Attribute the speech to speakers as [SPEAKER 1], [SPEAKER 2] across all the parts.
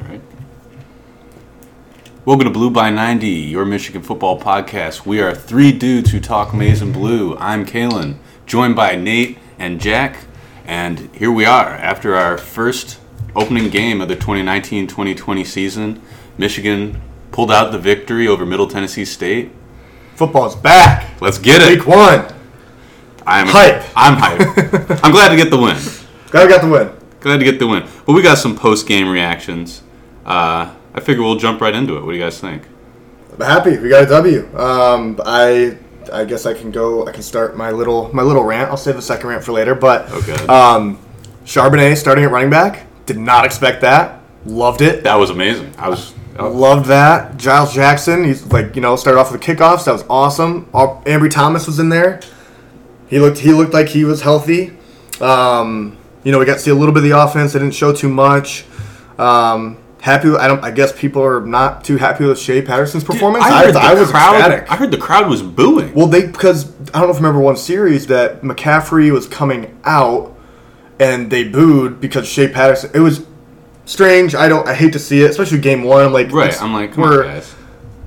[SPEAKER 1] All right. Welcome to Blue by 90, your Michigan football podcast. We are three dudes who talk maize and blue. I'm Kalen, joined by Nate and Jack. And here we are after our first opening game of the 2019 2020 season. Michigan pulled out the victory over Middle Tennessee State.
[SPEAKER 2] Football's back.
[SPEAKER 1] Let's get
[SPEAKER 2] Week
[SPEAKER 1] it.
[SPEAKER 2] one.
[SPEAKER 1] I'm
[SPEAKER 2] Hype.
[SPEAKER 1] I'm hype. I'm glad to get the win.
[SPEAKER 2] Glad we got the win.
[SPEAKER 1] Glad to get the win. But we got some post game reactions. Uh, I figure we'll jump right into it. What do you guys think?
[SPEAKER 2] I'm happy. We got a W. Um, I I guess I can go. I can start my little my little rant. I'll save the second rant for later. But
[SPEAKER 1] Okay.
[SPEAKER 2] um, Charbonnet starting at running back. Did not expect that. Loved it.
[SPEAKER 1] That was amazing. I was. oh,
[SPEAKER 2] Loved that. Giles Jackson. He's like you know started off with the kickoffs. That was awesome. All, Ambry Thomas was in there. He looked he looked like he was healthy. Um, you know we got to see a little bit of the offense. They didn't show too much. Um, happy. I don't. I guess people are not too happy with Shea Patterson's performance. I,
[SPEAKER 1] heard
[SPEAKER 2] I,
[SPEAKER 1] the
[SPEAKER 2] was
[SPEAKER 1] crowd,
[SPEAKER 2] ecstatic.
[SPEAKER 1] I heard the crowd was booing.
[SPEAKER 2] Well, they because I don't know if you remember one series that McCaffrey was coming out and they booed because Shea Patterson. It was strange. I don't. I hate to see it, especially game one. I'm like
[SPEAKER 1] right.
[SPEAKER 2] it's-
[SPEAKER 1] I'm like, come
[SPEAKER 2] we're
[SPEAKER 1] on, guys.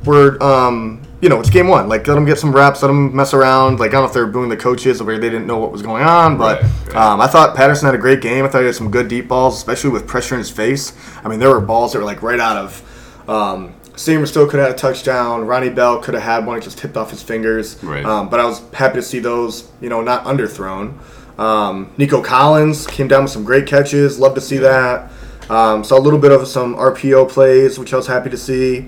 [SPEAKER 2] we're um you know it's game one. Like let them get some reps, let them mess around. Like I don't know if they're booing the coaches or they didn't know what was going on, but
[SPEAKER 1] Right, right.
[SPEAKER 2] Um, I thought Patterson had a great game. I thought he had some good deep balls, especially with pressure in his face. I mean, there were balls that were like right out of. Um, Seymour still could have had a touchdown. Ronnie Bell could have had one. It just tipped off his fingers.
[SPEAKER 1] Right.
[SPEAKER 2] Um, but I was happy to see those, you know, not underthrown. Um, Nico Collins came down with some great catches. Love to see that. Um, saw a little bit of some RPO plays, which I was happy to see.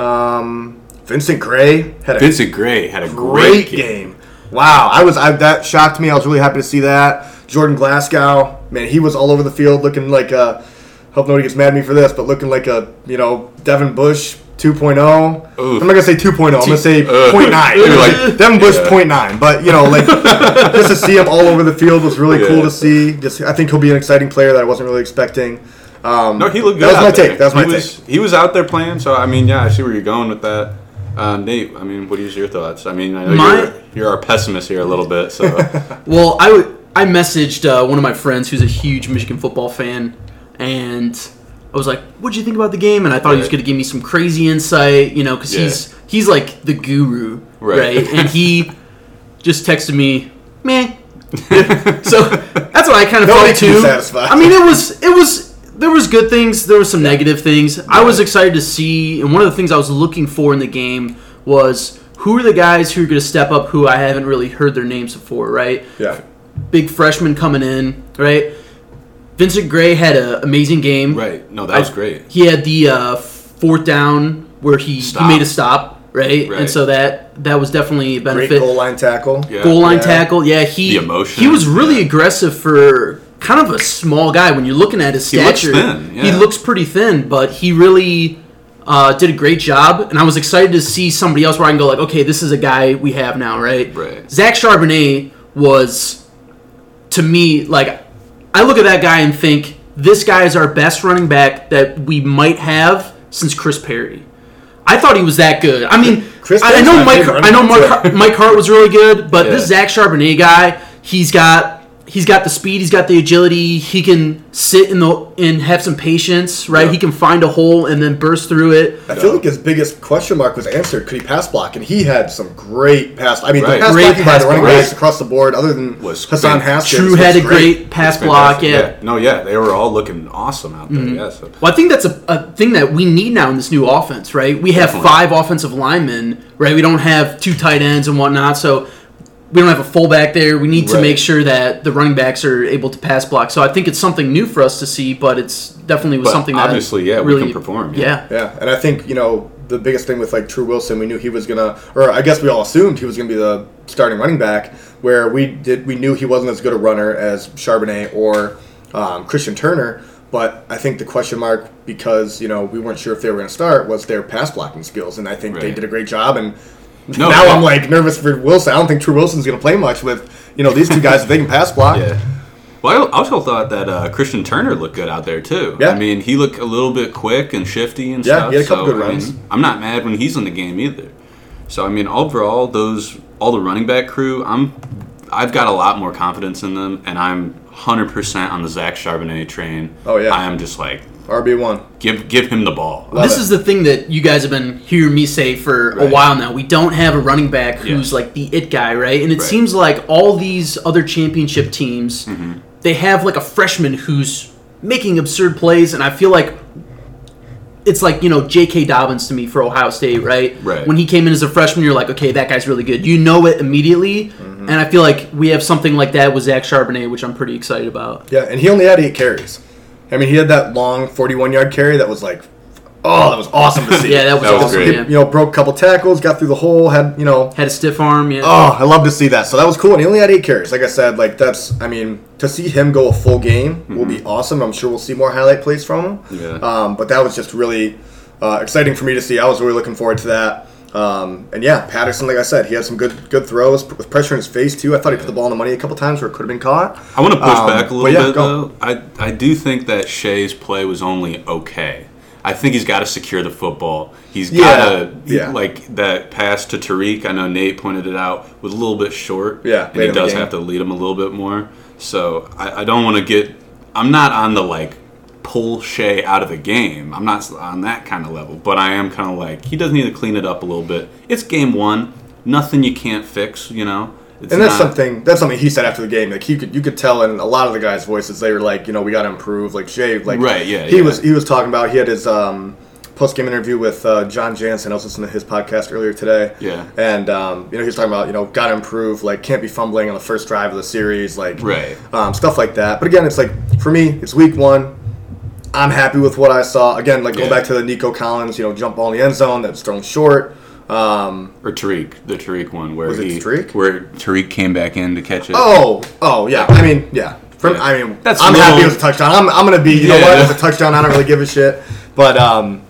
[SPEAKER 2] Um, Vincent Gray had a
[SPEAKER 1] Vincent Gray had a great,
[SPEAKER 2] great
[SPEAKER 1] game.
[SPEAKER 2] game. Wow, I was I, that shocked me. I was really happy to see that. Jordan Glasgow, man, he was all over the field looking like a. Hope nobody gets mad at me for this, but looking like a you know Devin Bush 2.0. I'm not gonna say 2.0. I'm gonna say
[SPEAKER 1] Ugh.
[SPEAKER 2] 0.9. I'm
[SPEAKER 1] uh, You're
[SPEAKER 2] gonna
[SPEAKER 1] like,
[SPEAKER 2] say Devin Bush
[SPEAKER 1] yeah.
[SPEAKER 2] 0.9. But you know, like just to see him all over the field was really
[SPEAKER 1] Yeah.
[SPEAKER 2] cool to see. Just I think he'll be an exciting player that I wasn't really expecting. Um,
[SPEAKER 1] No, he looked
[SPEAKER 2] That
[SPEAKER 1] good.
[SPEAKER 2] was
[SPEAKER 1] out
[SPEAKER 2] my
[SPEAKER 1] there.
[SPEAKER 2] take. That was my
[SPEAKER 1] he was, He was out there playing. So I mean, yeah, I see where you're going with that. Uh, Nate, I mean, what is your thoughts? I mean, I know
[SPEAKER 3] My-
[SPEAKER 1] you're, you're our pessimist here a little bit. So
[SPEAKER 3] Well, I w- I messaged uh, one of my friends who's a huge Michigan football fan, and I was like, "What'd you think about the game?" And I thought he was
[SPEAKER 1] Right.
[SPEAKER 3] going to give me some crazy insight, you know, because
[SPEAKER 1] Yeah.
[SPEAKER 3] he's he's like the guru,
[SPEAKER 1] Right.
[SPEAKER 3] right? And he just texted me, "Meh." so that's what I kind of
[SPEAKER 2] Nobody
[SPEAKER 3] felt
[SPEAKER 2] can be
[SPEAKER 3] too.
[SPEAKER 2] satisfied.
[SPEAKER 3] I mean, it was it was there was good things, there was some negative things. I was excited to see, and one of the things I was looking for in the game was who are the guys who are going to step up, who I haven't really heard their names before, right?
[SPEAKER 2] yeah.
[SPEAKER 3] big freshman coming in, right? Vincent Gray had an amazing game.
[SPEAKER 1] right, no, that was great.
[SPEAKER 3] He had the uh, fourth down where he, he
[SPEAKER 1] Stop.
[SPEAKER 3] made a stop, right?
[SPEAKER 1] Right.
[SPEAKER 3] And so that that was definitely a
[SPEAKER 2] Great
[SPEAKER 3] benefit.
[SPEAKER 2] goal line tackle.
[SPEAKER 1] Yeah.
[SPEAKER 3] Goal line
[SPEAKER 2] Yeah.
[SPEAKER 3] tackle, yeah. He
[SPEAKER 1] The emotion,
[SPEAKER 3] He was really
[SPEAKER 1] yeah.
[SPEAKER 3] aggressive for kind of a small guy. When you're looking at his
[SPEAKER 1] looks
[SPEAKER 3] stature,
[SPEAKER 1] thin,
[SPEAKER 3] he
[SPEAKER 1] yeah.
[SPEAKER 3] looks pretty thin, but he really uh, did a great job. And I was excited to see somebody else where I can go like, okay, this is a guy we have now, right?
[SPEAKER 1] Right.
[SPEAKER 3] Zach Charbonnet was to me like I look at that guy and think this guy is our best running back that we might have since Chris Perry. I thought he was that good. I mean,
[SPEAKER 2] Chris
[SPEAKER 3] I, I
[SPEAKER 2] Perry's my
[SPEAKER 3] know Mike.
[SPEAKER 2] favorite
[SPEAKER 3] I
[SPEAKER 2] running
[SPEAKER 3] know Mike,
[SPEAKER 2] back.
[SPEAKER 3] Har- Mike Hart was really good, but this
[SPEAKER 1] Yeah.
[SPEAKER 3] Zach Charbonnet guy, he's got he's got the speed, he's got the agility. He can sit in the and have some patience, right?
[SPEAKER 1] Yeah.
[SPEAKER 3] He can find a hole and then burst through it.
[SPEAKER 2] I feel like his biggest question mark was answered. Could he pass block? And he had some great pass. I mean,
[SPEAKER 1] Right.
[SPEAKER 2] the pass
[SPEAKER 3] Great
[SPEAKER 2] blocking by
[SPEAKER 3] pass
[SPEAKER 2] the running
[SPEAKER 3] block.
[SPEAKER 2] backs across the board, other than
[SPEAKER 1] Was
[SPEAKER 2] Hassan
[SPEAKER 1] great.
[SPEAKER 2] Haskins,
[SPEAKER 3] True had
[SPEAKER 2] was
[SPEAKER 3] a great pass block.
[SPEAKER 1] Fantastic.
[SPEAKER 3] Yeah. Mm-hmm.
[SPEAKER 1] No, yeah, they were all looking awesome out there. Yeah. So.
[SPEAKER 3] Well, I think that's a, a thing that we need now in this new offense, right? We have
[SPEAKER 1] Definitely.
[SPEAKER 3] five offensive linemen, right? We don't have two tight ends and whatnot, so we don't have a fullback there. We need to
[SPEAKER 1] Right.
[SPEAKER 3] make sure that the running backs are able to pass block. So I think it's something new for us to see, but it's definitely was
[SPEAKER 1] But
[SPEAKER 3] something that
[SPEAKER 1] obviously, yeah, we
[SPEAKER 3] really,
[SPEAKER 1] can perform, yeah.
[SPEAKER 3] Yeah,
[SPEAKER 2] Yeah, and I think you know the biggest thing with like True Wilson, we knew he was gonna, or I guess we all assumed he was gonna be the starting running back. Where we did, we knew he wasn't as good a runner as Charbonnet or um, Christian Turner. But I think the question mark, because you know we weren't sure if they were gonna start, was their pass blocking skills, and I think they
[SPEAKER 1] Right.
[SPEAKER 2] did a great job. And
[SPEAKER 1] No,
[SPEAKER 2] now
[SPEAKER 1] yeah.
[SPEAKER 2] I'm like nervous for Wilson. I don't think True Wilson's gonna play much with you know these two guys if they can pass block.
[SPEAKER 1] Yeah. Well, I also thought that uh, Christian Turner looked good out there too.
[SPEAKER 2] Yeah.
[SPEAKER 1] I mean, he looked a little bit quick and shifty and
[SPEAKER 2] Yeah,
[SPEAKER 1] stuff.
[SPEAKER 2] he had a couple
[SPEAKER 1] so,
[SPEAKER 2] good
[SPEAKER 1] I
[SPEAKER 2] runs.
[SPEAKER 1] mean, I'm not mad when he's in the game either. So I mean, overall, those all the running back crew, I'm I've got a lot more confidence in them, and I'm 100 percent on the Zach Charbonnet train.
[SPEAKER 2] Oh, yeah.
[SPEAKER 1] I am just like
[SPEAKER 2] RB one.
[SPEAKER 1] Give give him the ball.
[SPEAKER 2] Love
[SPEAKER 3] this
[SPEAKER 2] it.
[SPEAKER 3] is the thing that you guys have been hearing me say for
[SPEAKER 2] Right.
[SPEAKER 3] a while now. We don't have a running back who's
[SPEAKER 1] Yeah.
[SPEAKER 3] like the it guy, right? And it
[SPEAKER 1] Right.
[SPEAKER 3] seems like all these other championship teams,
[SPEAKER 2] Mm-hmm.
[SPEAKER 3] they have like a freshman who's making absurd plays, and I feel like it's like you know J.K. Dobbins to me for Ohio State, right?
[SPEAKER 1] Right.
[SPEAKER 3] When he came in as a freshman, you're like, okay, that guy's really good. You know it immediately,
[SPEAKER 2] Mm-hmm.
[SPEAKER 3] and I feel like we have something like that with Zach Charbonnet, which I'm pretty excited about.
[SPEAKER 2] Yeah, and he only had eight carries. I mean, he had that long 41 yard carry that was like, oh, that was awesome to see.
[SPEAKER 3] Yeah, that was,
[SPEAKER 1] That was
[SPEAKER 3] awesome.
[SPEAKER 1] great.
[SPEAKER 3] yeah.
[SPEAKER 2] You know, broke a couple tackles, got through the hole, had you know,
[SPEAKER 3] Had a stiff arm. Yeah.
[SPEAKER 2] oh, I love to see that. So that was cool, and he only had eight carries. Like I said, like that's, I mean, to see him go a full game will be awesome. I'm sure we'll see more highlight plays from him.
[SPEAKER 1] Yeah.
[SPEAKER 2] Um, but that was just really uh, exciting for me to see. I was really looking forward to that. Um, and yeah, Patterson, like I said, he had some good good throws with pressure in his face too. I thought he put the ball in the money a couple times where it could have been caught.
[SPEAKER 1] I want to push
[SPEAKER 2] Um,
[SPEAKER 1] back a
[SPEAKER 2] but
[SPEAKER 1] little
[SPEAKER 2] yeah,
[SPEAKER 1] bit
[SPEAKER 2] go.
[SPEAKER 1] though. I I do think that Shea's play was only okay. I think he's got to secure the football. He's
[SPEAKER 2] Yeah,
[SPEAKER 1] got to
[SPEAKER 2] yeah.
[SPEAKER 1] like that pass to Tariq. I know Nate pointed it out was a little bit short.
[SPEAKER 2] Yeah,
[SPEAKER 1] and
[SPEAKER 2] late
[SPEAKER 1] he
[SPEAKER 2] in the
[SPEAKER 1] does
[SPEAKER 2] game.
[SPEAKER 1] have to lead him a little bit more. So I, I don't want to get. I'm not on the like pull Shea out of the game. I'm not on that kind of level, but I am kind of like he does need to clean it up a little bit. It's game one. Nothing you can't fix. You know. It's
[SPEAKER 2] And that's
[SPEAKER 1] not-
[SPEAKER 2] something that's something he said after the game. Like he could you could tell in a lot of the guys' voices they were like, you know, we gotta improve, like shave, like
[SPEAKER 1] Right, yeah,
[SPEAKER 2] He
[SPEAKER 1] yeah.
[SPEAKER 2] was he was talking about he had his um post game interview with uh, John Jansen. I was listening to his podcast earlier today.
[SPEAKER 1] Yeah.
[SPEAKER 2] And um, you know, he was talking about, you know, gotta improve, like can't be fumbling on the first drive of the series, like
[SPEAKER 1] Right.
[SPEAKER 2] um, stuff like that. But again, it's like for me, it's week one. I'm happy with what I saw. Again, like go
[SPEAKER 1] Yeah.
[SPEAKER 2] back to the Nico Collins, you know, jump ball in the end zone that's thrown short. Um,
[SPEAKER 1] or Tariq, the Tariq one where
[SPEAKER 2] Was it
[SPEAKER 1] he
[SPEAKER 2] Tariq?
[SPEAKER 1] where Tariq came back in to catch it.
[SPEAKER 2] Oh, oh yeah. I mean, yeah. From,
[SPEAKER 1] Yeah.
[SPEAKER 2] I mean,
[SPEAKER 1] That's
[SPEAKER 2] I'm
[SPEAKER 1] little-
[SPEAKER 2] happy it was a touchdown. I'm, I'm gonna be. You know
[SPEAKER 1] Yeah.
[SPEAKER 2] what? It was a touchdown. I don't really give a shit. But um,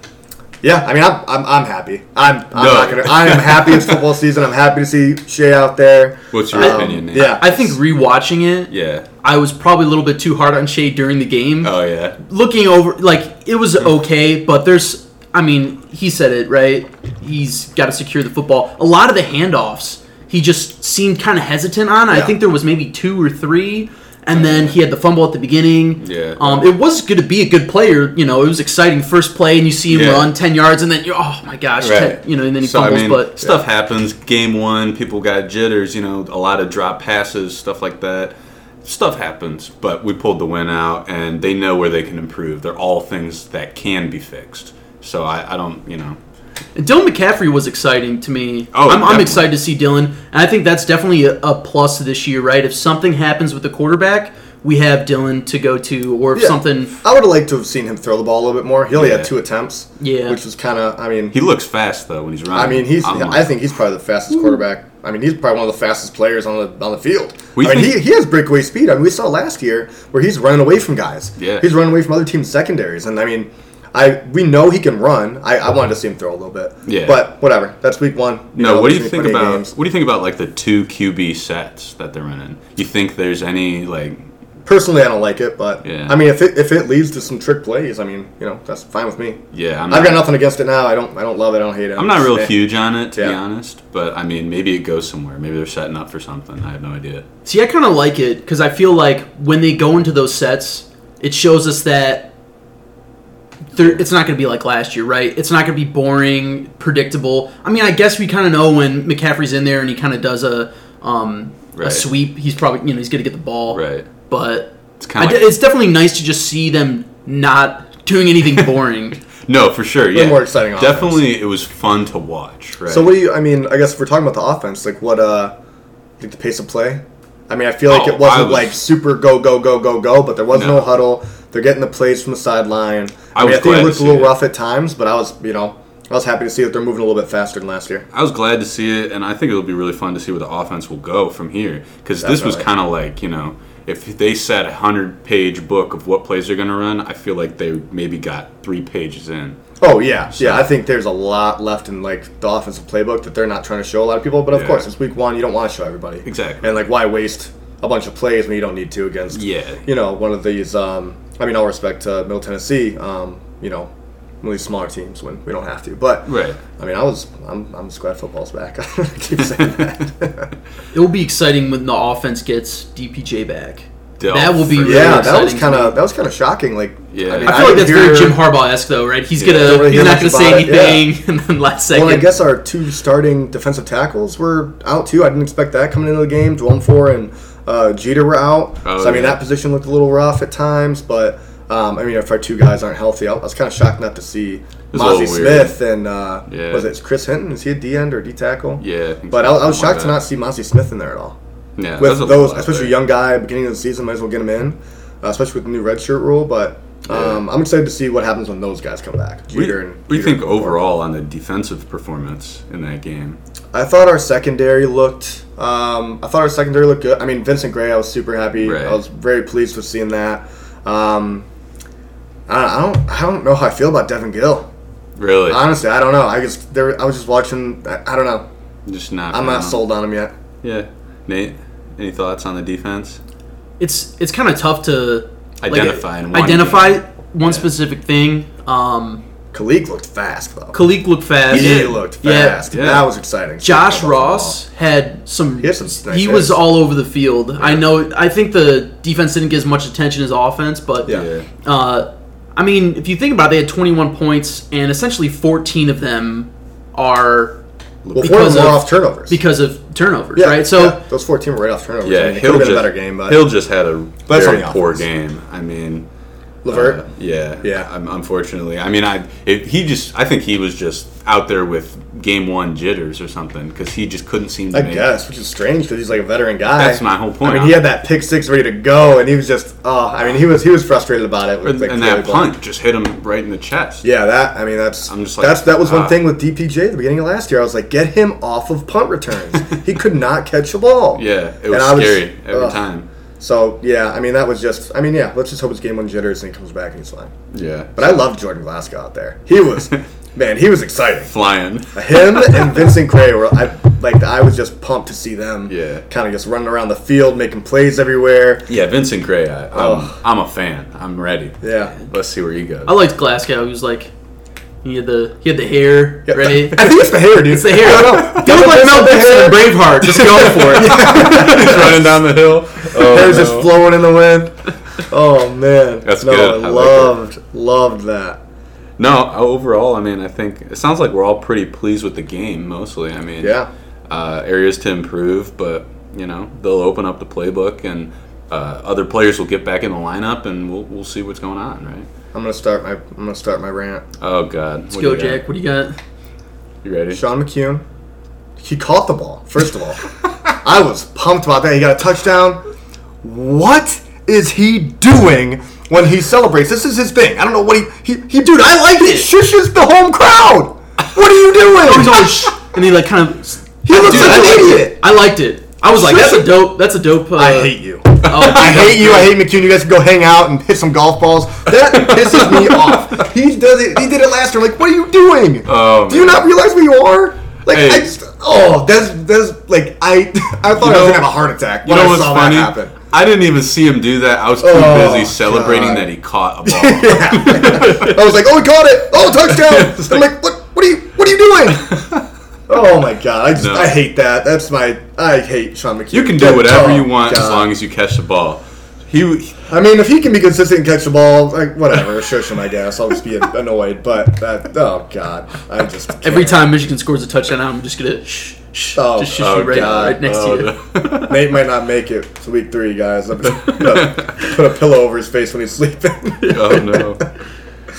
[SPEAKER 2] yeah. I mean, I'm I'm, I'm happy. I'm I'm
[SPEAKER 1] No.
[SPEAKER 2] not gonna. I am happy it's football season. I'm happy to see Shea out there. Um,
[SPEAKER 1] What's your opinion, Nate?
[SPEAKER 2] Yeah.
[SPEAKER 3] I think rewatching it,
[SPEAKER 1] yeah.
[SPEAKER 3] I was probably a little bit too hard on Shea during the game.
[SPEAKER 1] Oh yeah.
[SPEAKER 3] Looking over, like it was
[SPEAKER 1] Mm.
[SPEAKER 3] okay, but there's, I mean, he said it right. He's got to secure the football. A lot of the handoffs, he just seemed kind of hesitant on. I
[SPEAKER 2] Yeah.
[SPEAKER 3] think there was maybe two or three, and then he had the fumble at the beginning.
[SPEAKER 1] Yeah.
[SPEAKER 3] Um, it was good to be a good player. You know, it was exciting first play, and you see him
[SPEAKER 1] Yeah.
[SPEAKER 3] run ten yards, and then you're, oh my gosh, 10 you know, and then he
[SPEAKER 1] so,
[SPEAKER 3] fumbles,
[SPEAKER 1] I mean,
[SPEAKER 3] but
[SPEAKER 1] stuff happens. Game one, people got jitters. You know, a lot of drop passes, stuff like that. Stuff happens, but we pulled the win out, and they know where they can improve. They're all things that can be fixed. So I, I don't, you know,
[SPEAKER 3] And Dylan McCaffrey was exciting to me.
[SPEAKER 1] Oh,
[SPEAKER 3] I'm, I'm
[SPEAKER 1] definitely.
[SPEAKER 3] excited to see Dylan, and I think that's definitely a, a plus this year, right? If something happens with the quarterback, we have Dylan to go to, or if
[SPEAKER 2] Yeah.
[SPEAKER 3] something,
[SPEAKER 2] I would have liked to have seen him throw the ball a little bit more. He only
[SPEAKER 1] Yeah.
[SPEAKER 2] had two attempts.
[SPEAKER 3] Yeah.
[SPEAKER 2] Which was kind of. I mean.
[SPEAKER 1] he looks fast though when he's running.
[SPEAKER 2] I mean, he's.
[SPEAKER 1] I'm like-
[SPEAKER 2] I think he's probably the fastest quarterback. I mean, he's probably one of the fastest players on the on the field.
[SPEAKER 1] We
[SPEAKER 2] I mean,
[SPEAKER 1] think-
[SPEAKER 2] he, he has breakaway speed. I mean, we saw last year where he's running away from guys.
[SPEAKER 1] Yeah.
[SPEAKER 2] he's running away from other teams' secondaries, and I mean, I we know he can run. I, I wanted to see him throw a little bit.
[SPEAKER 1] Yeah.
[SPEAKER 2] but whatever. That's week one. You
[SPEAKER 1] No,
[SPEAKER 2] know,
[SPEAKER 1] what do you
[SPEAKER 2] there's
[SPEAKER 1] think
[SPEAKER 2] plenty of
[SPEAKER 1] about
[SPEAKER 2] games.
[SPEAKER 1] what do you think about like the two QB sets that they're running? You think there's any like
[SPEAKER 2] Personally, I don't like it, but
[SPEAKER 1] Yeah.
[SPEAKER 2] I mean, if it if it leads to some trick plays, I mean, you know, that's fine with me.
[SPEAKER 1] yeah? I'm
[SPEAKER 2] I've got nothing against it now. I don't. I don't love it. I don't hate it.
[SPEAKER 1] I'm not real
[SPEAKER 2] Eh.
[SPEAKER 1] huge on it, to be
[SPEAKER 2] Yeah.
[SPEAKER 1] honest, but I mean, maybe it goes somewhere. Maybe they're setting up for something. I have no idea.
[SPEAKER 3] see, I kind of like it because I feel like when they go into those sets, it shows us that there, it's not going to be like last year, right? It's not going to be boring, predictable. I mean, I guess we kind of know when McCaffrey's in there and he kind of does a um, a
[SPEAKER 1] Right.
[SPEAKER 3] sweep. He's probably you know he's going to get the ball,
[SPEAKER 1] Right.
[SPEAKER 3] but
[SPEAKER 1] It's
[SPEAKER 3] I
[SPEAKER 1] kind
[SPEAKER 3] d-
[SPEAKER 1] of
[SPEAKER 3] it's definitely nice to just see them not doing anything boring.
[SPEAKER 1] no, for sure. Yeah,
[SPEAKER 2] more exciting offense.
[SPEAKER 1] Definitely, it was fun to watch. Right.
[SPEAKER 2] So what do you? I mean, I guess if we're talking about the offense, like what? uh Like the pace of play. I mean, I feel like
[SPEAKER 1] Oh,
[SPEAKER 2] it wasn't
[SPEAKER 1] I was-
[SPEAKER 2] like super go go go go go, but there was no,
[SPEAKER 1] No.
[SPEAKER 2] huddle. They're getting the plays from the sideline. I,
[SPEAKER 1] I was
[SPEAKER 2] mean, I think
[SPEAKER 1] glad
[SPEAKER 2] it
[SPEAKER 1] to
[SPEAKER 2] looked a
[SPEAKER 1] see
[SPEAKER 2] little
[SPEAKER 1] it.
[SPEAKER 2] rough at times, but I was, you know, I was happy to see that they're moving a little bit faster than last year.
[SPEAKER 1] I was glad to see it, and I think it'll be really fun to see where the offense will go from here. Because this was
[SPEAKER 2] Definitely.
[SPEAKER 1] kind of like you know, if they set a hundred-page book of what plays they're going to run, I feel like they maybe got three pages in.
[SPEAKER 2] Oh yeah, yeah. I think there's a lot left in like the offensive playbook that they're not trying to show a lot of people. But of
[SPEAKER 1] Yeah.
[SPEAKER 2] course, it's week one. You don't want to show everybody.
[SPEAKER 1] Exactly.
[SPEAKER 2] And like, why waste a bunch of plays when you don't need to against?
[SPEAKER 1] Yeah.
[SPEAKER 2] You know, one of these. Um, I mean, all respect to Middle Tennessee. Um, you know, one of these smaller teams when we don't have to. But
[SPEAKER 1] Right.
[SPEAKER 2] I mean, I was. I'm. I'm just glad football's back. I keep saying that.
[SPEAKER 3] it will be exciting when the offense gets DPJ back.
[SPEAKER 1] Yeah,
[SPEAKER 3] that will be
[SPEAKER 1] for
[SPEAKER 3] really
[SPEAKER 1] sure.
[SPEAKER 2] yeah, that
[SPEAKER 3] exciting
[SPEAKER 2] was
[SPEAKER 3] to
[SPEAKER 2] kind
[SPEAKER 3] me.
[SPEAKER 2] of that was kind of shocking. Like
[SPEAKER 1] Yeah.
[SPEAKER 2] I mean,
[SPEAKER 3] I feel like that's
[SPEAKER 2] hear-
[SPEAKER 3] very Jim Harbaugh esque though, right? He's gonna
[SPEAKER 2] don't really
[SPEAKER 3] he's
[SPEAKER 2] hear
[SPEAKER 3] not
[SPEAKER 2] much
[SPEAKER 3] gonna say
[SPEAKER 2] about it, yeah.
[SPEAKER 3] anything, and then last second.
[SPEAKER 2] Well, I guess our two starting defensive tackles were out too. I didn't expect that coming into the game. Dwayne Four and uh, Jeter were out,
[SPEAKER 1] Oh,
[SPEAKER 2] so I mean
[SPEAKER 1] yeah.
[SPEAKER 2] that position looked a little rough at times. But um, I mean, if our two guys aren't healthy, I was kind of shocked not to see
[SPEAKER 1] was a little
[SPEAKER 2] Mozzie
[SPEAKER 1] weird.
[SPEAKER 2] Smith and uh,
[SPEAKER 1] Yeah.
[SPEAKER 2] was it Chris Hinton? Is he a D end or D tackle?
[SPEAKER 1] Yeah, I think
[SPEAKER 2] But I,
[SPEAKER 1] so,
[SPEAKER 2] I was
[SPEAKER 1] something
[SPEAKER 2] shocked
[SPEAKER 1] like
[SPEAKER 2] to not see Mozzie Smith in there at all.
[SPEAKER 1] that. yeah,
[SPEAKER 2] With
[SPEAKER 1] that's a
[SPEAKER 2] those,
[SPEAKER 1] lot
[SPEAKER 2] especially
[SPEAKER 1] there.
[SPEAKER 2] a young guy, beginning of the season, might as well get him in, uh, especially with the new red shirt rule. But um, I'm excited to see what happens when those guys come back.
[SPEAKER 1] We,
[SPEAKER 2] Jeter and
[SPEAKER 1] we
[SPEAKER 2] Jeter
[SPEAKER 1] think
[SPEAKER 2] and Four.
[SPEAKER 1] overall on the defensive performance in that game.
[SPEAKER 2] I thought our secondary looked. Um, I thought our secondary looked good. I mean, Vincent Gray, I was super happy.
[SPEAKER 1] Right.
[SPEAKER 2] I was very pleased with seeing that. Um, I, don't, I don't. I don't know how I feel about Devin Gill.
[SPEAKER 1] Really,
[SPEAKER 2] Honestly, I don't know. I just there. I was just watching. I, I don't know.
[SPEAKER 1] just not.
[SPEAKER 2] I'm not
[SPEAKER 1] down.
[SPEAKER 2] sold on him yet.
[SPEAKER 1] Yeah, Nate, any thoughts on the defense?
[SPEAKER 3] it's it's kind of tough to like,
[SPEAKER 1] Identify in one
[SPEAKER 3] identify
[SPEAKER 1] game.
[SPEAKER 3] one
[SPEAKER 1] Yeah.
[SPEAKER 3] specific thing. Um,
[SPEAKER 2] Khalik looked fast though.
[SPEAKER 3] Kalik looked fast.
[SPEAKER 2] he did. looked fast.
[SPEAKER 1] yeah.
[SPEAKER 2] That was exciting.
[SPEAKER 3] Josh Ross had some.
[SPEAKER 2] He had some nice
[SPEAKER 3] he was
[SPEAKER 2] hits.
[SPEAKER 3] all over the field. I know. I think the defense didn't get as much attention as offense, but
[SPEAKER 2] Yeah.
[SPEAKER 1] Yeah.
[SPEAKER 3] uh, I mean, if you think about it, they had 21 points, and essentially 14 of them are
[SPEAKER 2] Well, four of
[SPEAKER 3] because
[SPEAKER 2] them were
[SPEAKER 3] of-
[SPEAKER 2] off turnovers.
[SPEAKER 3] because of turnovers,
[SPEAKER 2] yeah,
[SPEAKER 3] right? So.
[SPEAKER 2] yeah, those four teams were right off turnovers. I
[SPEAKER 1] Yeah,
[SPEAKER 2] mean, it could
[SPEAKER 1] Hill
[SPEAKER 2] have been
[SPEAKER 1] just
[SPEAKER 2] a better game, but
[SPEAKER 1] Hill just had a
[SPEAKER 2] that's
[SPEAKER 1] very
[SPEAKER 2] on the
[SPEAKER 1] poor
[SPEAKER 2] offense.
[SPEAKER 1] game. I mean,
[SPEAKER 2] Levert.
[SPEAKER 1] uh, yeah,
[SPEAKER 2] Yeah.
[SPEAKER 1] Um, unfortunately, I mean, I it, he just I think he was just out there with game one jitters or something because he just couldn't seem to
[SPEAKER 2] I
[SPEAKER 1] make.
[SPEAKER 2] guess, which is strange because he's like a veteran guy.
[SPEAKER 1] That's my whole point.
[SPEAKER 2] I mean, he had that pick six ready to go, and he was just, oh, I mean, he was he was frustrated about it.
[SPEAKER 1] and,
[SPEAKER 2] With, like,
[SPEAKER 1] and
[SPEAKER 2] Taylor
[SPEAKER 1] that
[SPEAKER 2] Blunt.
[SPEAKER 1] punt just hit him right in the chest.
[SPEAKER 2] Yeah, that. I mean, that's.
[SPEAKER 1] I'm just like,
[SPEAKER 2] that's that was
[SPEAKER 1] ah.
[SPEAKER 2] one thing with DPJ at the beginning of last year. I was like, get him off of punt returns. he could not catch the ball.
[SPEAKER 1] Yeah, it
[SPEAKER 2] And
[SPEAKER 1] was
[SPEAKER 2] I was-
[SPEAKER 1] scary every
[SPEAKER 2] ugh.
[SPEAKER 1] time.
[SPEAKER 2] So yeah, I mean, that was just. I mean, yeah. Let's just hope it's game one jitters and he comes back and he's fine.
[SPEAKER 1] Yeah,
[SPEAKER 2] But I loved Jordan Glasgow out there. He was, man, he was exciting.
[SPEAKER 1] flying.
[SPEAKER 2] Him and Vincent Gray were I like I was just pumped to see them.
[SPEAKER 1] Yeah.
[SPEAKER 2] Kind of just running around the field, making plays everywhere.
[SPEAKER 1] Yeah, Vincent Gray. I, I'm,
[SPEAKER 2] Ugh.
[SPEAKER 1] I'm a fan. I'm ready.
[SPEAKER 2] Yeah.
[SPEAKER 1] Let's see where he goes.
[SPEAKER 3] I liked Glasgow. He was like, he had the he had the hair
[SPEAKER 2] Yeah,
[SPEAKER 3] ready.
[SPEAKER 2] I think it's the hair, dude.
[SPEAKER 3] It's the hair.
[SPEAKER 2] I don't know.
[SPEAKER 3] He looked like Mel Gibson in Braveheart. Just go for it.
[SPEAKER 1] He's running down the hill. Oh,
[SPEAKER 2] Hair's
[SPEAKER 1] no.
[SPEAKER 2] just flowing in the wind. Oh man.
[SPEAKER 1] That's
[SPEAKER 2] no,
[SPEAKER 1] good.
[SPEAKER 2] I
[SPEAKER 1] I like
[SPEAKER 2] loved loved that.
[SPEAKER 1] No, overall, I mean, I think it sounds like we're all pretty pleased with the game mostly. I mean,
[SPEAKER 2] Yeah.
[SPEAKER 1] uh, areas to improve, but you know they'll open up the playbook and uh, other players will get back in the lineup, and we'll, we'll see what's going on, right?
[SPEAKER 2] I'm gonna start my I'm gonna start my rant.
[SPEAKER 1] Oh God,
[SPEAKER 3] Let's go, Jack. What do you got?
[SPEAKER 1] You ready?
[SPEAKER 2] Sean McCune. He caught the ball, first of all. I was pumped about that. He got a touchdown. What is he doing when he celebrates? This is his thing. I don't know what he he, he dude, I like it. He shushes the home crowd. What are you doing?
[SPEAKER 3] He's always sh- and he like kind of.
[SPEAKER 2] he looks
[SPEAKER 3] Dude,
[SPEAKER 2] like
[SPEAKER 3] I
[SPEAKER 2] an
[SPEAKER 3] liked
[SPEAKER 2] idiot.
[SPEAKER 3] it. I liked it. I was like, that's a dope. That's a dope. Uh,
[SPEAKER 2] I hate you.
[SPEAKER 3] Oh,
[SPEAKER 2] I hate you. I hate McCune. You guys can go hang out and hit some golf balls. That pisses me off. He does it. He did it last year. Like, what are you doing?
[SPEAKER 1] Oh,
[SPEAKER 2] Do you
[SPEAKER 1] man.
[SPEAKER 2] not realize where you are? Like,
[SPEAKER 1] Hey.
[SPEAKER 2] I just. Oh, that's that's like I. I thought I
[SPEAKER 1] know-
[SPEAKER 2] was gonna have a heart attack
[SPEAKER 1] You know
[SPEAKER 2] when I
[SPEAKER 1] what's
[SPEAKER 2] saw
[SPEAKER 1] funny?
[SPEAKER 2] that happen.
[SPEAKER 1] I didn't even see him do that. I was too
[SPEAKER 2] Oh,
[SPEAKER 1] busy celebrating
[SPEAKER 2] God.
[SPEAKER 1] that he caught a ball.
[SPEAKER 2] I was like, oh, he caught it. Oh, touchdown.
[SPEAKER 1] It's
[SPEAKER 2] I'm
[SPEAKER 1] like-
[SPEAKER 2] like, what? What are you? What are you doing? Oh my god! I just
[SPEAKER 1] No.
[SPEAKER 2] I hate that. That's my I hate Sean McCune.
[SPEAKER 1] You can do whatever
[SPEAKER 2] Oh,
[SPEAKER 1] you want as
[SPEAKER 2] God.
[SPEAKER 1] long as you catch the ball. He
[SPEAKER 2] I mean, if he can be consistent and catch the ball, like whatever, shush him. I guess I'll just be annoyed. But that, oh god, I just can't.
[SPEAKER 3] Every time Michigan scores a touchdown, I'm just gonna shh, shh,
[SPEAKER 2] Oh,
[SPEAKER 3] just shh
[SPEAKER 2] oh,
[SPEAKER 3] you right,
[SPEAKER 2] God.
[SPEAKER 3] right next
[SPEAKER 1] Oh,
[SPEAKER 3] to you.
[SPEAKER 1] no.
[SPEAKER 2] Nate might not make it to week three, guys. I'm just gonna put a pillow over his face when he's sleeping.
[SPEAKER 1] oh no.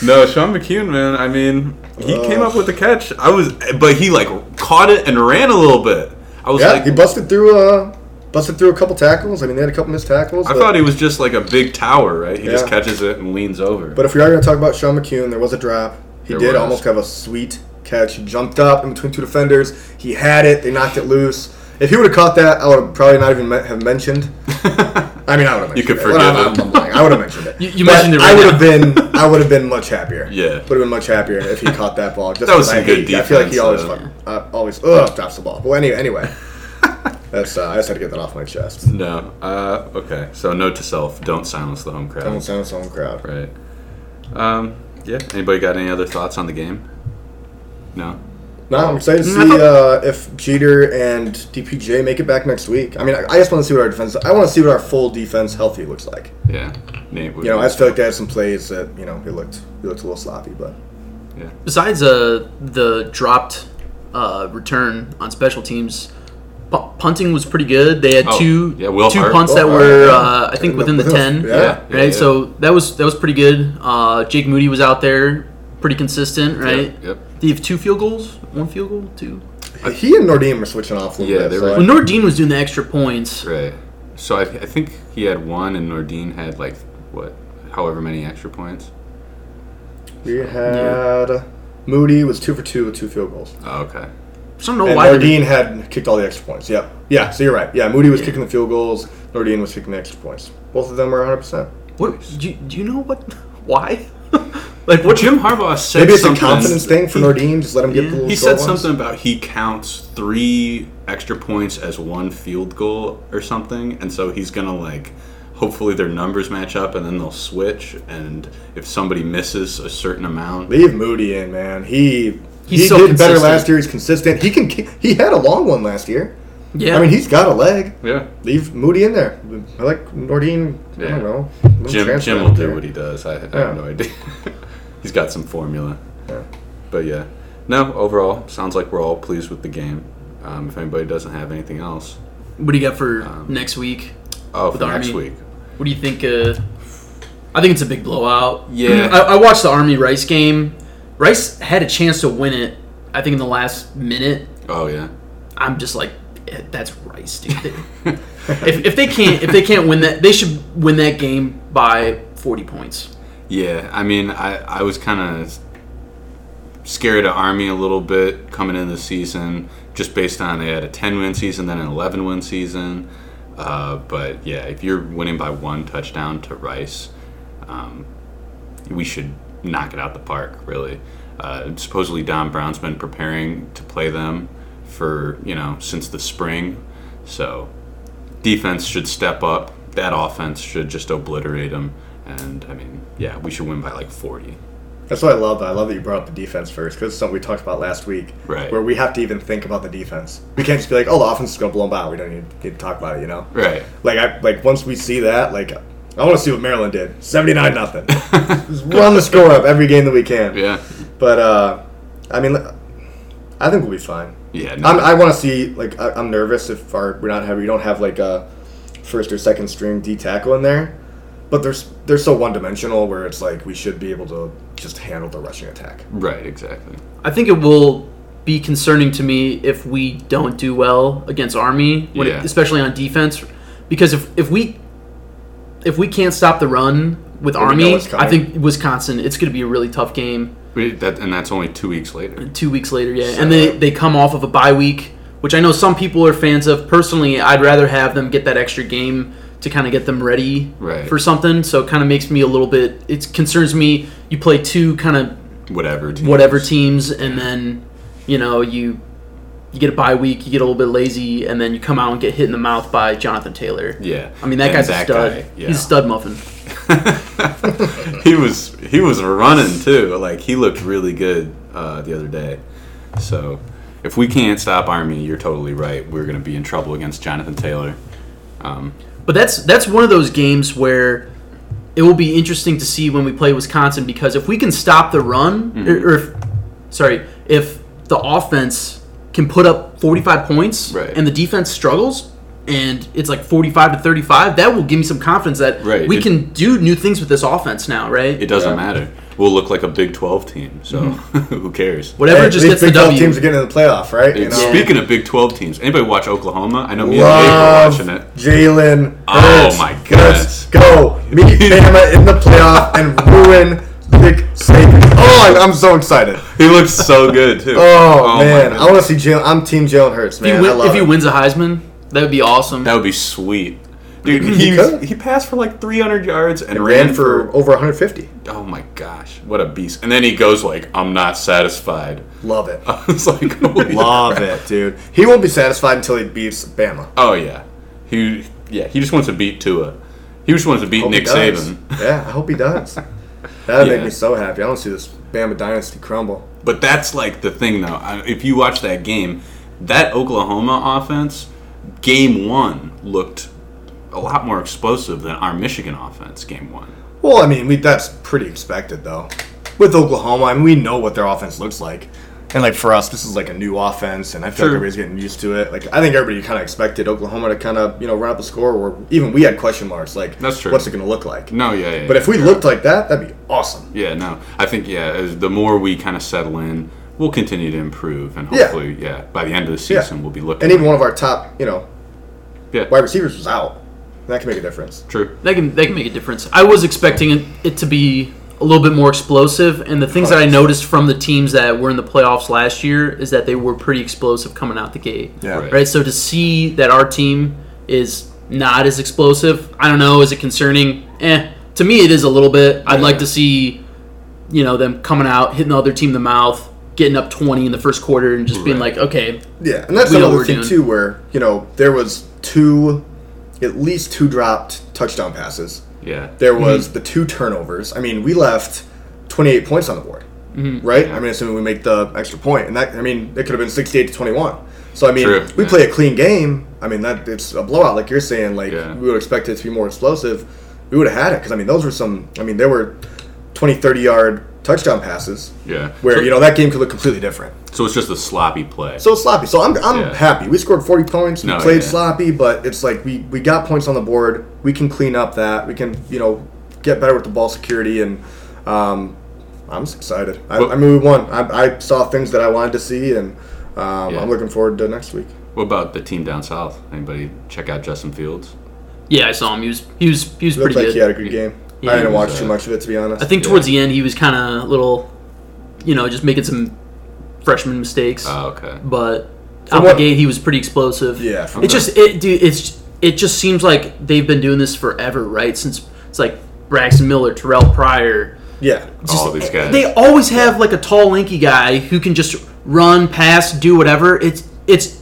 [SPEAKER 1] No, Sean McCune, man. I mean, he
[SPEAKER 2] Uh.
[SPEAKER 1] came up with the catch. I was, but he like caught it and ran a little bit. I was
[SPEAKER 2] yeah,
[SPEAKER 1] like,
[SPEAKER 2] he busted through a busted through a couple tackles. I mean, they had a couple missed tackles.
[SPEAKER 1] I
[SPEAKER 2] but,
[SPEAKER 1] thought he was just like a big tower, right? He just
[SPEAKER 2] Yeah.
[SPEAKER 1] catches it and leans over.
[SPEAKER 2] but if we are gonna talk about Sean McCune, there was a drop. He
[SPEAKER 1] There
[SPEAKER 2] did
[SPEAKER 1] was.
[SPEAKER 2] almost have a sweet catch. He jumped up in between two defenders. He had it. They knocked it loose. If he would have caught that, I would have probably not even me- have mentioned I mean, I would have.
[SPEAKER 1] You could
[SPEAKER 2] it. Well,
[SPEAKER 1] forgive
[SPEAKER 2] I'm- I'm lying. I would have mentioned it.
[SPEAKER 3] You- you
[SPEAKER 2] But
[SPEAKER 3] mentioned it
[SPEAKER 2] I
[SPEAKER 3] right
[SPEAKER 2] would
[SPEAKER 3] now.
[SPEAKER 2] have been. I would have been much happier.
[SPEAKER 1] Yeah.
[SPEAKER 2] would have been much happier if he caught that ball. Just
[SPEAKER 1] That was
[SPEAKER 2] 'cause
[SPEAKER 1] some
[SPEAKER 2] I
[SPEAKER 1] good
[SPEAKER 2] hate- I feel like he
[SPEAKER 1] defense,
[SPEAKER 2] always,
[SPEAKER 1] though.
[SPEAKER 2] fuck, uh, always, ugh, drops the ball. Well, anyway, anyway. That's. Uh, I just had to get that off my chest.
[SPEAKER 1] no. Uh, okay. So note to self: don't silence the home crowd.
[SPEAKER 2] Don't sound so crowd.
[SPEAKER 1] Right. Um, yeah. Anybody got any other thoughts on the game? No.
[SPEAKER 2] No, I'm excited to
[SPEAKER 3] I
[SPEAKER 2] see
[SPEAKER 3] thought-
[SPEAKER 2] uh, if Jeter and DPJ make it back next week. I mean, I, I just want to see what our defense. I want to see what our full defense healthy looks like.
[SPEAKER 1] Yeah, Nate. Would
[SPEAKER 2] You know, I just feel like they had some plays that you know he looked he looked a little sloppy, but
[SPEAKER 1] yeah.
[SPEAKER 3] Besides uh, the dropped uh, return on special teams, pu- punting was pretty good. They had
[SPEAKER 1] Oh,
[SPEAKER 3] two
[SPEAKER 1] yeah, Will
[SPEAKER 3] two
[SPEAKER 1] Hart.
[SPEAKER 3] punts that
[SPEAKER 2] Well,
[SPEAKER 3] were
[SPEAKER 2] yeah.
[SPEAKER 3] uh, I think within the ten.
[SPEAKER 2] Yeah.
[SPEAKER 1] Yeah.
[SPEAKER 3] Right, so that was that was pretty good. Uh, Jake Moody was out there, pretty consistent. Right.
[SPEAKER 1] Yep, yep.
[SPEAKER 3] Did you have two field goals? One field goal? Two?
[SPEAKER 2] he and Nordim were switching off a little
[SPEAKER 1] Yeah,
[SPEAKER 2] bit.
[SPEAKER 1] they
[SPEAKER 2] so
[SPEAKER 1] were-
[SPEAKER 2] I-
[SPEAKER 3] Well, Nordine was doing the extra points.
[SPEAKER 1] right. So I, I think he had one, and Nordine had like what, however many extra points.
[SPEAKER 2] we had Moody was two for two with two field goals,
[SPEAKER 1] Oh, okay.
[SPEAKER 3] So I don't know
[SPEAKER 2] and
[SPEAKER 3] why. they-
[SPEAKER 2] Nordine had kicked all the extra points. Yeah, yeah. So you're right. Yeah, Moody was kicking the field goals. Nordine was kicking the extra points. Both of them were 100. percent
[SPEAKER 3] What do you, do you know what? Why? like what?
[SPEAKER 1] Jim Harbaugh said
[SPEAKER 2] Maybe it's a
[SPEAKER 1] something.
[SPEAKER 2] confidence thing for
[SPEAKER 1] He-
[SPEAKER 2] Nordine. Just let him get the
[SPEAKER 3] Yeah.
[SPEAKER 2] little.
[SPEAKER 1] He
[SPEAKER 2] short
[SPEAKER 1] said
[SPEAKER 2] ones.
[SPEAKER 1] something about he counts three extra points as one field goal or something, and so he's gonna like. Hopefully their numbers match up, and then they'll switch. And if somebody misses a certain amount,
[SPEAKER 2] Leave Moody in, man. He
[SPEAKER 3] He's
[SPEAKER 2] he
[SPEAKER 3] so
[SPEAKER 2] did better
[SPEAKER 3] consistent.
[SPEAKER 2] last year. He's consistent. He can. ki- He had a long one last year.
[SPEAKER 3] Yeah.
[SPEAKER 2] I mean, he's got a leg.
[SPEAKER 1] yeah,
[SPEAKER 2] Leave Moody in there. I like Nordine. I
[SPEAKER 1] Yeah.
[SPEAKER 2] don't know. Let him
[SPEAKER 1] Jim
[SPEAKER 2] transfer
[SPEAKER 1] Jim
[SPEAKER 2] out
[SPEAKER 1] will
[SPEAKER 2] there.
[SPEAKER 1] do what he does. I, I
[SPEAKER 2] Yeah.
[SPEAKER 1] have no idea. He's got some formula.
[SPEAKER 2] Yeah.
[SPEAKER 1] But yeah, no. Overall, sounds like we're all pleased with the game. Um, if anybody doesn't have anything else,
[SPEAKER 3] what do you got for
[SPEAKER 1] Um,
[SPEAKER 3] next week?
[SPEAKER 1] oh, for
[SPEAKER 3] Army.
[SPEAKER 1] next week,
[SPEAKER 3] What do you think? Uh, I think it's a big blowout.
[SPEAKER 1] Yeah.
[SPEAKER 3] I, I watched the Army Rice game. Rice had a chance to win it. I think in the last minute.
[SPEAKER 1] oh yeah,
[SPEAKER 3] I'm just like, eh, that's Rice, dude. They- if, if they can't if they can't win that, they should win that game by 40 points.
[SPEAKER 1] yeah. I mean, I I was kind of scared of Army a little bit coming into the season, just based on they had a ten win season, then an eleven win season. Uh, but yeah, if you're winning by one touchdown to Rice, um, we should knock it out the park, really. Uh, supposedly, Don Brown's been preparing to play them for, you know, since the spring. So, defense should step up. That offense should just obliterate them. And, I mean, yeah, we should win by like 40.
[SPEAKER 2] That's what I love. Though. I love that you brought up the defense first because it's something we talked about last week.
[SPEAKER 1] Right.
[SPEAKER 2] Where we have to even think about the defense. We can't just be like, "Oh, the offense is going to blow them out." We don't need, need to talk about it. You know.
[SPEAKER 1] Right.
[SPEAKER 2] Like I like once we see that, like I want to see what Maryland did. Seventy nine nothing. Just run the score up every game that we can.
[SPEAKER 1] Yeah.
[SPEAKER 2] But uh, I mean, I think we'll be fine.
[SPEAKER 1] Yeah.
[SPEAKER 2] I'm, I want to see like I, I'm nervous if our we don't have we don't have like a first or second string D tackle in there, but there's they're so one dimensional where it's like we should be able to just handle the rushing attack.
[SPEAKER 1] right, exactly.
[SPEAKER 3] I think it will be concerning to me if we don't do well against Army, when it-
[SPEAKER 1] Yeah.
[SPEAKER 3] especially on defense, because if, if we if we can't stop the run with
[SPEAKER 2] we know
[SPEAKER 3] Army,
[SPEAKER 2] it's coming.
[SPEAKER 3] I think Wisconsin it's going to be a really tough game.
[SPEAKER 1] We, that, and that's only two weeks later.
[SPEAKER 3] two weeks later, yeah.
[SPEAKER 2] So-
[SPEAKER 3] And they, they come off of a bye week, which I know some people are fans of. Personally, I'd rather have them get that extra game to kind of get them ready
[SPEAKER 1] Right.
[SPEAKER 3] for something. So it kind of makes me a little bit. It concerns me. You play two kind of
[SPEAKER 1] Whatever team.
[SPEAKER 3] whatever teams, and then you know you you get a bye week, you get a little bit lazy, and then you come out and get hit in the mouth by Jonathan Taylor.
[SPEAKER 1] Yeah.
[SPEAKER 3] I mean that
[SPEAKER 1] And
[SPEAKER 3] guy's
[SPEAKER 1] that
[SPEAKER 3] a stud.
[SPEAKER 1] guy, yeah.
[SPEAKER 3] He's a stud muffin.
[SPEAKER 1] he was he was running too. Like he looked really good uh, the other day. So if we can't stop Army, you're totally right. We're going to be in trouble against Jonathan Taylor. Um,
[SPEAKER 3] But that's that's one of those games where it will be interesting to see when we play Wisconsin because if we can stop the run,
[SPEAKER 1] Mm-hmm.
[SPEAKER 3] or, or if, sorry, if the offense can put up 45 points
[SPEAKER 1] Right.
[SPEAKER 3] and the defense struggles and it's like 45 to 35, that will give me some confidence that
[SPEAKER 1] Right,
[SPEAKER 3] we
[SPEAKER 1] it-
[SPEAKER 3] can do new things with this offense now, right?
[SPEAKER 1] it doesn't
[SPEAKER 2] Yeah.
[SPEAKER 1] matter. We'll look like a Big 12 team. So
[SPEAKER 3] Mm-hmm.
[SPEAKER 1] who cares?
[SPEAKER 3] Whatever
[SPEAKER 2] Hey,
[SPEAKER 3] just
[SPEAKER 2] these
[SPEAKER 3] gets the
[SPEAKER 2] Big 12
[SPEAKER 3] W.
[SPEAKER 2] teams are getting in the playoff, right? You
[SPEAKER 1] And
[SPEAKER 2] know?
[SPEAKER 1] Speaking of Big 12 teams, anybody watch Oklahoma? I know me
[SPEAKER 2] Love
[SPEAKER 1] and Jake were watching it.
[SPEAKER 2] Jalen.
[SPEAKER 1] Oh
[SPEAKER 2] Hurts.
[SPEAKER 1] my goodness.
[SPEAKER 2] Let's go meet Bama in the playoff and ruin Nick Saban. Oh, I- I'm so excited.
[SPEAKER 1] He looked so good too.
[SPEAKER 2] Oh,
[SPEAKER 1] my
[SPEAKER 2] man, I
[SPEAKER 1] goodness.
[SPEAKER 2] want to see Jalen. I'm Team Jalen Hurts,
[SPEAKER 3] if
[SPEAKER 2] man.
[SPEAKER 3] he,
[SPEAKER 2] I
[SPEAKER 3] win,
[SPEAKER 2] love
[SPEAKER 3] if he
[SPEAKER 2] it.
[SPEAKER 3] wins a Heisman, that would be awesome.
[SPEAKER 1] that would be sweet. Dude, he,
[SPEAKER 2] He
[SPEAKER 1] he,
[SPEAKER 2] could.
[SPEAKER 1] passed for like 300 yards and,
[SPEAKER 2] ran for over 150.
[SPEAKER 1] oh my gosh, what a beast! And then he goes like, "I'm not satisfied."
[SPEAKER 2] Love it.
[SPEAKER 1] I was like, holy
[SPEAKER 2] Love
[SPEAKER 1] crap.
[SPEAKER 2] it, dude. He won't be satisfied until he beats Bama.
[SPEAKER 1] Oh yeah, he yeah he just wants to beat Tua. He just wants to beat
[SPEAKER 2] Hope he
[SPEAKER 1] Nick
[SPEAKER 2] does.
[SPEAKER 1] Saban.
[SPEAKER 2] Yeah, I hope he does. That'd
[SPEAKER 1] Yeah.
[SPEAKER 2] make me so happy. I don't see this Bama dynasty crumble.
[SPEAKER 1] But that's like the thing, though. I- If you watch that game, that Oklahoma offense, game one looked a lot more explosive than our Michigan offense, game one.
[SPEAKER 2] Well, I mean, we, that's pretty expected though. With Oklahoma, I mean, we know what their offense looks like, and like for us, this is like a new offense, and I
[SPEAKER 1] True.
[SPEAKER 2] feel like everybody's getting used to it. Like I think everybody kind of expected Oklahoma to kind of you know run up a score, or even we had question marks. Like
[SPEAKER 1] That's true.
[SPEAKER 2] What's it going to look like?
[SPEAKER 1] No, yeah, yeah.
[SPEAKER 2] But if we looked like that, that'd be awesome.
[SPEAKER 1] yeah, no, I think yeah. As the more we kind of settle in, we'll continue to improve, and
[SPEAKER 2] Yeah.
[SPEAKER 1] hopefully, yeah, by the end of the season, we'll be looking.
[SPEAKER 2] And even
[SPEAKER 1] like-
[SPEAKER 2] one of our top, you know,
[SPEAKER 1] yeah,
[SPEAKER 2] wide receivers was out. That can make a difference.
[SPEAKER 1] true.
[SPEAKER 3] That can that can make a difference. I was expecting it, it to be a little bit more explosive, and the things that I noticed from the teams that were in the playoffs last year is that they were pretty explosive coming out the gate.
[SPEAKER 2] Yeah.
[SPEAKER 1] Right.
[SPEAKER 3] Right. So to see that our team is not as explosive, I don't know. Is it concerning? Eh. To me, it is a little bit. I'd like to see, you know, them coming out, hitting the other team in the mouth, getting up twenty in the first quarter, and just being
[SPEAKER 1] Right.
[SPEAKER 3] like, okay,
[SPEAKER 2] Yeah, and that's
[SPEAKER 3] We know
[SPEAKER 2] another
[SPEAKER 3] we're
[SPEAKER 2] thing
[SPEAKER 3] doing.
[SPEAKER 2] too, where you know there was two, at least two dropped touchdown passes.
[SPEAKER 1] Yeah,
[SPEAKER 2] There was the two turnovers. I mean, we left 28 points on the board,
[SPEAKER 1] Mm-hmm.
[SPEAKER 2] right? I mean, assuming we make the extra point, and that I mean, it could have been 68 to 21. So I mean,
[SPEAKER 1] True,
[SPEAKER 2] we
[SPEAKER 1] yeah.
[SPEAKER 2] play a clean game. I mean, that it's a blowout, like you're saying. Like
[SPEAKER 1] Yeah.
[SPEAKER 2] we would expect it to be more explosive. We would have had it because I mean, those were some. I mean, there were 20, 30 yard touchdown passes.
[SPEAKER 1] yeah.
[SPEAKER 2] Where you know that game could look completely different.
[SPEAKER 1] So it's just a sloppy play.
[SPEAKER 2] So it's sloppy. So I'm, I'm
[SPEAKER 1] Yeah.
[SPEAKER 2] happy. We scored 40 points. We
[SPEAKER 1] No,
[SPEAKER 2] played
[SPEAKER 1] yeah.
[SPEAKER 2] sloppy, but it's like we, we got points on the board. We can clean up that. We can, you know, get better with the ball security. And um, I'm just excited. I,
[SPEAKER 1] Well-
[SPEAKER 2] I mean, we won. I, I saw things that I wanted to see, and um,
[SPEAKER 1] Yeah.
[SPEAKER 2] I'm looking forward to next week.
[SPEAKER 1] what about the team down south? Anybody check out Justin Fields?
[SPEAKER 3] yeah, I saw him. He was he was he was
[SPEAKER 2] Looked like
[SPEAKER 3] pretty good.
[SPEAKER 2] he had a good game.
[SPEAKER 3] Yeah,
[SPEAKER 2] I
[SPEAKER 3] he
[SPEAKER 2] didn't
[SPEAKER 1] was,
[SPEAKER 2] watch too
[SPEAKER 1] uh,
[SPEAKER 2] much of it, to be honest.
[SPEAKER 3] I think towards the end he was kind of little, you know, just making some freshman mistakes.
[SPEAKER 1] Oh, okay.
[SPEAKER 3] but out
[SPEAKER 2] Uh, what-
[SPEAKER 3] the gate he was pretty explosive.
[SPEAKER 2] Yeah, from
[SPEAKER 3] it
[SPEAKER 2] the-
[SPEAKER 3] just it dude, it's it just seems like they've been doing this forever, right? Since it's like Braxton Miller, Terrell Pryor,
[SPEAKER 2] yeah.
[SPEAKER 1] All these guys.
[SPEAKER 3] they always have like a tall, lanky guy who can just run, pass, do whatever. It's it's.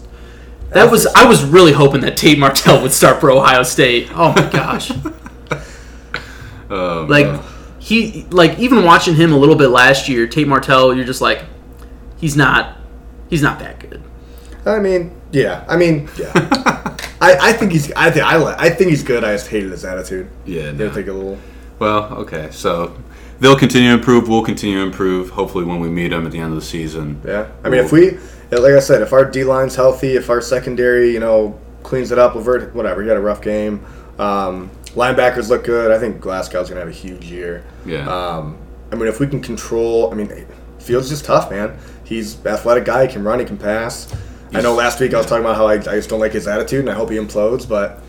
[SPEAKER 3] That was I was really hoping that Tate Martell would start for Ohio State. Oh my gosh.
[SPEAKER 1] Um,
[SPEAKER 3] Like he like even watching him a little bit last year, Tate Martell, you're just like he's not he's not that good.
[SPEAKER 2] I mean, yeah. I mean, yeah. I, I think he's I think I li- I think he's good. I just hated his attitude.
[SPEAKER 1] yeah,
[SPEAKER 2] They
[SPEAKER 1] no.
[SPEAKER 2] take a little.
[SPEAKER 1] Well, okay. So they'll continue to improve. We'll continue to improve. Hopefully, when we meet them at the end of the season.
[SPEAKER 2] Yeah, I mean, if we, like I said, if our D line's healthy, if our secondary, you know, cleans it up, Levert, whatever, he had a rough game. Um, linebackers look good. I think Glasgow's gonna have a huge year.
[SPEAKER 1] Yeah.
[SPEAKER 2] Um, I mean, if we can control, I mean, Fields is tough, man. He's an athletic guy. He can run. He can pass. I know last week I was talking about how I, I just don't like his attitude, and I hope he implodes, but.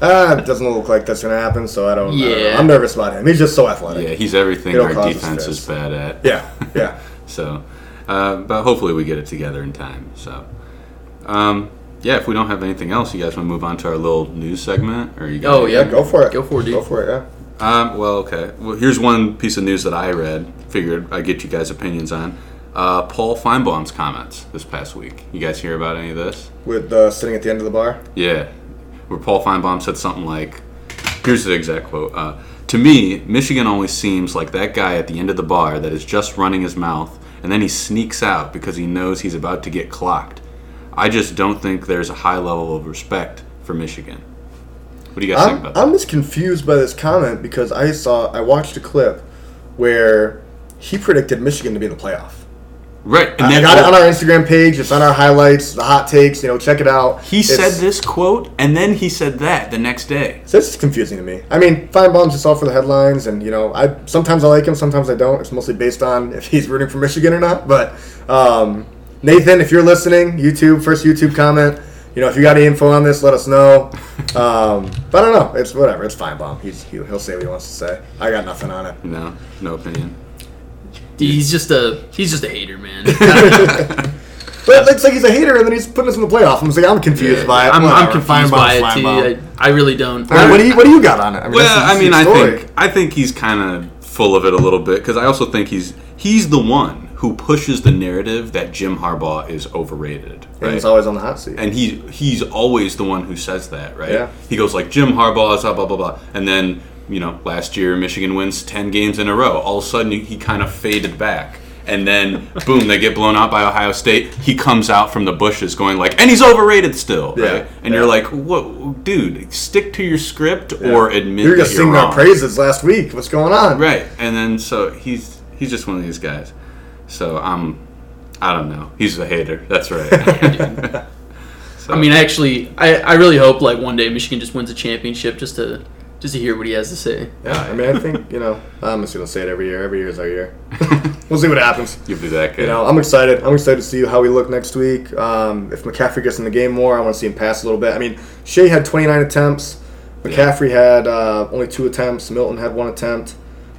[SPEAKER 2] Uh, it doesn't look like that's gonna happen, so I don't. I don't know.
[SPEAKER 3] Yeah.
[SPEAKER 2] I'm nervous about him. He's just so athletic.
[SPEAKER 1] yeah, he's everything
[SPEAKER 2] It'll
[SPEAKER 1] our
[SPEAKER 2] cause us
[SPEAKER 1] defense is
[SPEAKER 2] stress.
[SPEAKER 1] bad at.
[SPEAKER 2] Yeah, yeah.
[SPEAKER 1] So, uh, but hopefully, we get it together in time. So, um, yeah. If we don't have anything else, you guys want to move on to our little news segment, or you? Guys
[SPEAKER 3] Oh,
[SPEAKER 2] yeah, go for it.
[SPEAKER 3] Go for it, dude.
[SPEAKER 2] Go for it. Yeah.
[SPEAKER 1] Um, well, okay. Well, here's one piece of news that I read. Figured I'd get you guys' opinions on. Uh, Paul Feinbaum's comments this past week. You guys hear about any of this?
[SPEAKER 2] with uh, sitting at the end of the bar.
[SPEAKER 1] Yeah, where Paul Feinbaum said something like, "Here's the exact quote: uh, To me, Michigan always seems like that guy at the end of the bar that is just running his mouth, and then he sneaks out because he knows he's about to get clocked. I just don't think there's a high level of respect for Michigan. What do you guys think
[SPEAKER 2] I'm,
[SPEAKER 1] about that?
[SPEAKER 2] I'm just confused by this comment because I saw I watched a clip where he predicted Michigan to be in the playoff.
[SPEAKER 1] Right, and
[SPEAKER 2] I
[SPEAKER 1] then
[SPEAKER 2] got it on our Instagram page. It's on our highlights, the hot takes. You know, check it out.
[SPEAKER 1] he
[SPEAKER 2] It's-
[SPEAKER 1] said this quote, and then he said that the next day.
[SPEAKER 2] This is confusing to me. I mean, Feinbaum's just all for the headlines, and you know, I sometimes I like him, sometimes I don't. It's mostly based on if he's rooting for Michigan or not. But um, Nathan, if you're listening, YouTube first YouTube comment. You know, if you got any info on this, let us know. Um, but I don't know. It's whatever. It's Feinbaum. He's, he, he'll say what he wants to say. I got nothing on it.
[SPEAKER 1] No, no opinion.
[SPEAKER 3] He's just a he's just a hater, man.
[SPEAKER 2] But it's like he's a hater, and then he's putting us in the playoff. I'm just like, I'm confused
[SPEAKER 1] Yeah,
[SPEAKER 2] by it.
[SPEAKER 3] I'm, I'm
[SPEAKER 2] Whatever.
[SPEAKER 3] confused by it
[SPEAKER 2] Feinbaum's
[SPEAKER 3] too.
[SPEAKER 2] Feinbaum.
[SPEAKER 3] I, I really don't.
[SPEAKER 2] I mean, what do you What do you got on it? I mean, this
[SPEAKER 1] Well,
[SPEAKER 2] is
[SPEAKER 1] I mean, I
[SPEAKER 2] story.
[SPEAKER 1] think I think he's kind of full of it a little bit because I also think he's he's the one who pushes the narrative that Jim Harbaugh is overrated,
[SPEAKER 2] And
[SPEAKER 1] right?
[SPEAKER 2] he's always on the hot seat.
[SPEAKER 1] And he he's always the one who says that, right?
[SPEAKER 2] Yeah.
[SPEAKER 1] He goes like Jim Harbaugh is blah blah blah, blah, and then you know, last year Michigan wins 10 games in a row. All of a sudden, he kind of faded back. And then, boom, they get blown out by Ohio State. He comes out from the bushes going like, and he's overrated still.
[SPEAKER 2] Yeah,
[SPEAKER 1] right? And
[SPEAKER 2] yeah.
[SPEAKER 1] you're like, what, dude, stick to your script or admit
[SPEAKER 2] You're
[SPEAKER 1] that
[SPEAKER 2] just
[SPEAKER 1] you're
[SPEAKER 2] singing
[SPEAKER 1] wrong.
[SPEAKER 2] our praises last week. What's going on?
[SPEAKER 1] Right. And then, so he's he's just one of these guys. So I'm, I don't know. He's a hater. That's right.
[SPEAKER 3] I mean, actually, I, I really hope like one day Michigan just wins a championship just to just to hear what he has to say.
[SPEAKER 2] Yeah, I mean, I think you know, I'm just gonna say it every year. Every year is our year. we'll see what happens.
[SPEAKER 1] You'll be that guy.
[SPEAKER 2] You know, I'm excited. I'm excited to see how we look next week. Um, if McCaffrey gets in the game more, I want to see him pass a little bit. I mean, Shea had 29 attempts. McCaffrey had uh, only two attempts. Milton had one attempt,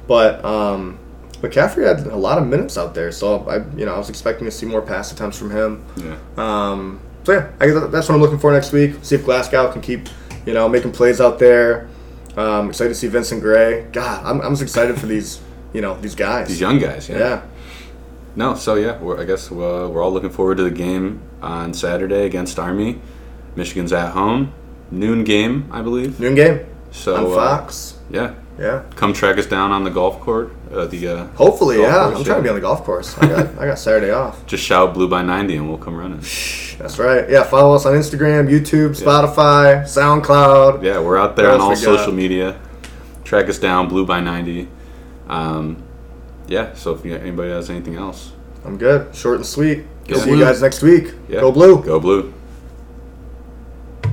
[SPEAKER 2] but um, McCaffrey had a lot of minutes out there. So I, you know, I was expecting to see more pass attempts from him.
[SPEAKER 1] yeah.
[SPEAKER 2] Um, so yeah, I guess that's what I'm looking for next week. See if Glasgow can keep, you know, making plays out there. Um, excited to see Vincent Gray. God, I'm, I'm just excited for these, you know, these guys.
[SPEAKER 1] These young guys. Yeah.
[SPEAKER 2] yeah.
[SPEAKER 1] No, so yeah, we're, I guess uh, we're all looking forward to the game on Saturday against Army. Michigan's at home, noon game, I believe.
[SPEAKER 2] Noon game
[SPEAKER 1] So
[SPEAKER 2] on
[SPEAKER 1] uh,
[SPEAKER 2] Fox.
[SPEAKER 1] yeah,
[SPEAKER 2] Yeah.
[SPEAKER 1] come track us down on the golf court. Uh, the uh,
[SPEAKER 2] Hopefully,
[SPEAKER 1] golf
[SPEAKER 2] yeah.
[SPEAKER 1] course,
[SPEAKER 2] I'm trying to be on the golf course. I got, I got Saturday off.
[SPEAKER 1] Just shout "Blue by 90" and we'll come running.
[SPEAKER 2] That's right. Yeah, follow us on Instagram, YouTube, Spotify, SoundCloud.
[SPEAKER 1] Yeah, we're out there
[SPEAKER 2] What
[SPEAKER 1] on all
[SPEAKER 2] else we got?
[SPEAKER 1] social media. Track us down, "Blue by 90." Um, yeah. So if you, anybody has anything else,
[SPEAKER 2] I'm good. Short and sweet.
[SPEAKER 1] Go
[SPEAKER 2] See
[SPEAKER 1] blue.
[SPEAKER 2] you guys next week.
[SPEAKER 1] yeah,
[SPEAKER 2] Go blue.
[SPEAKER 1] Go blue.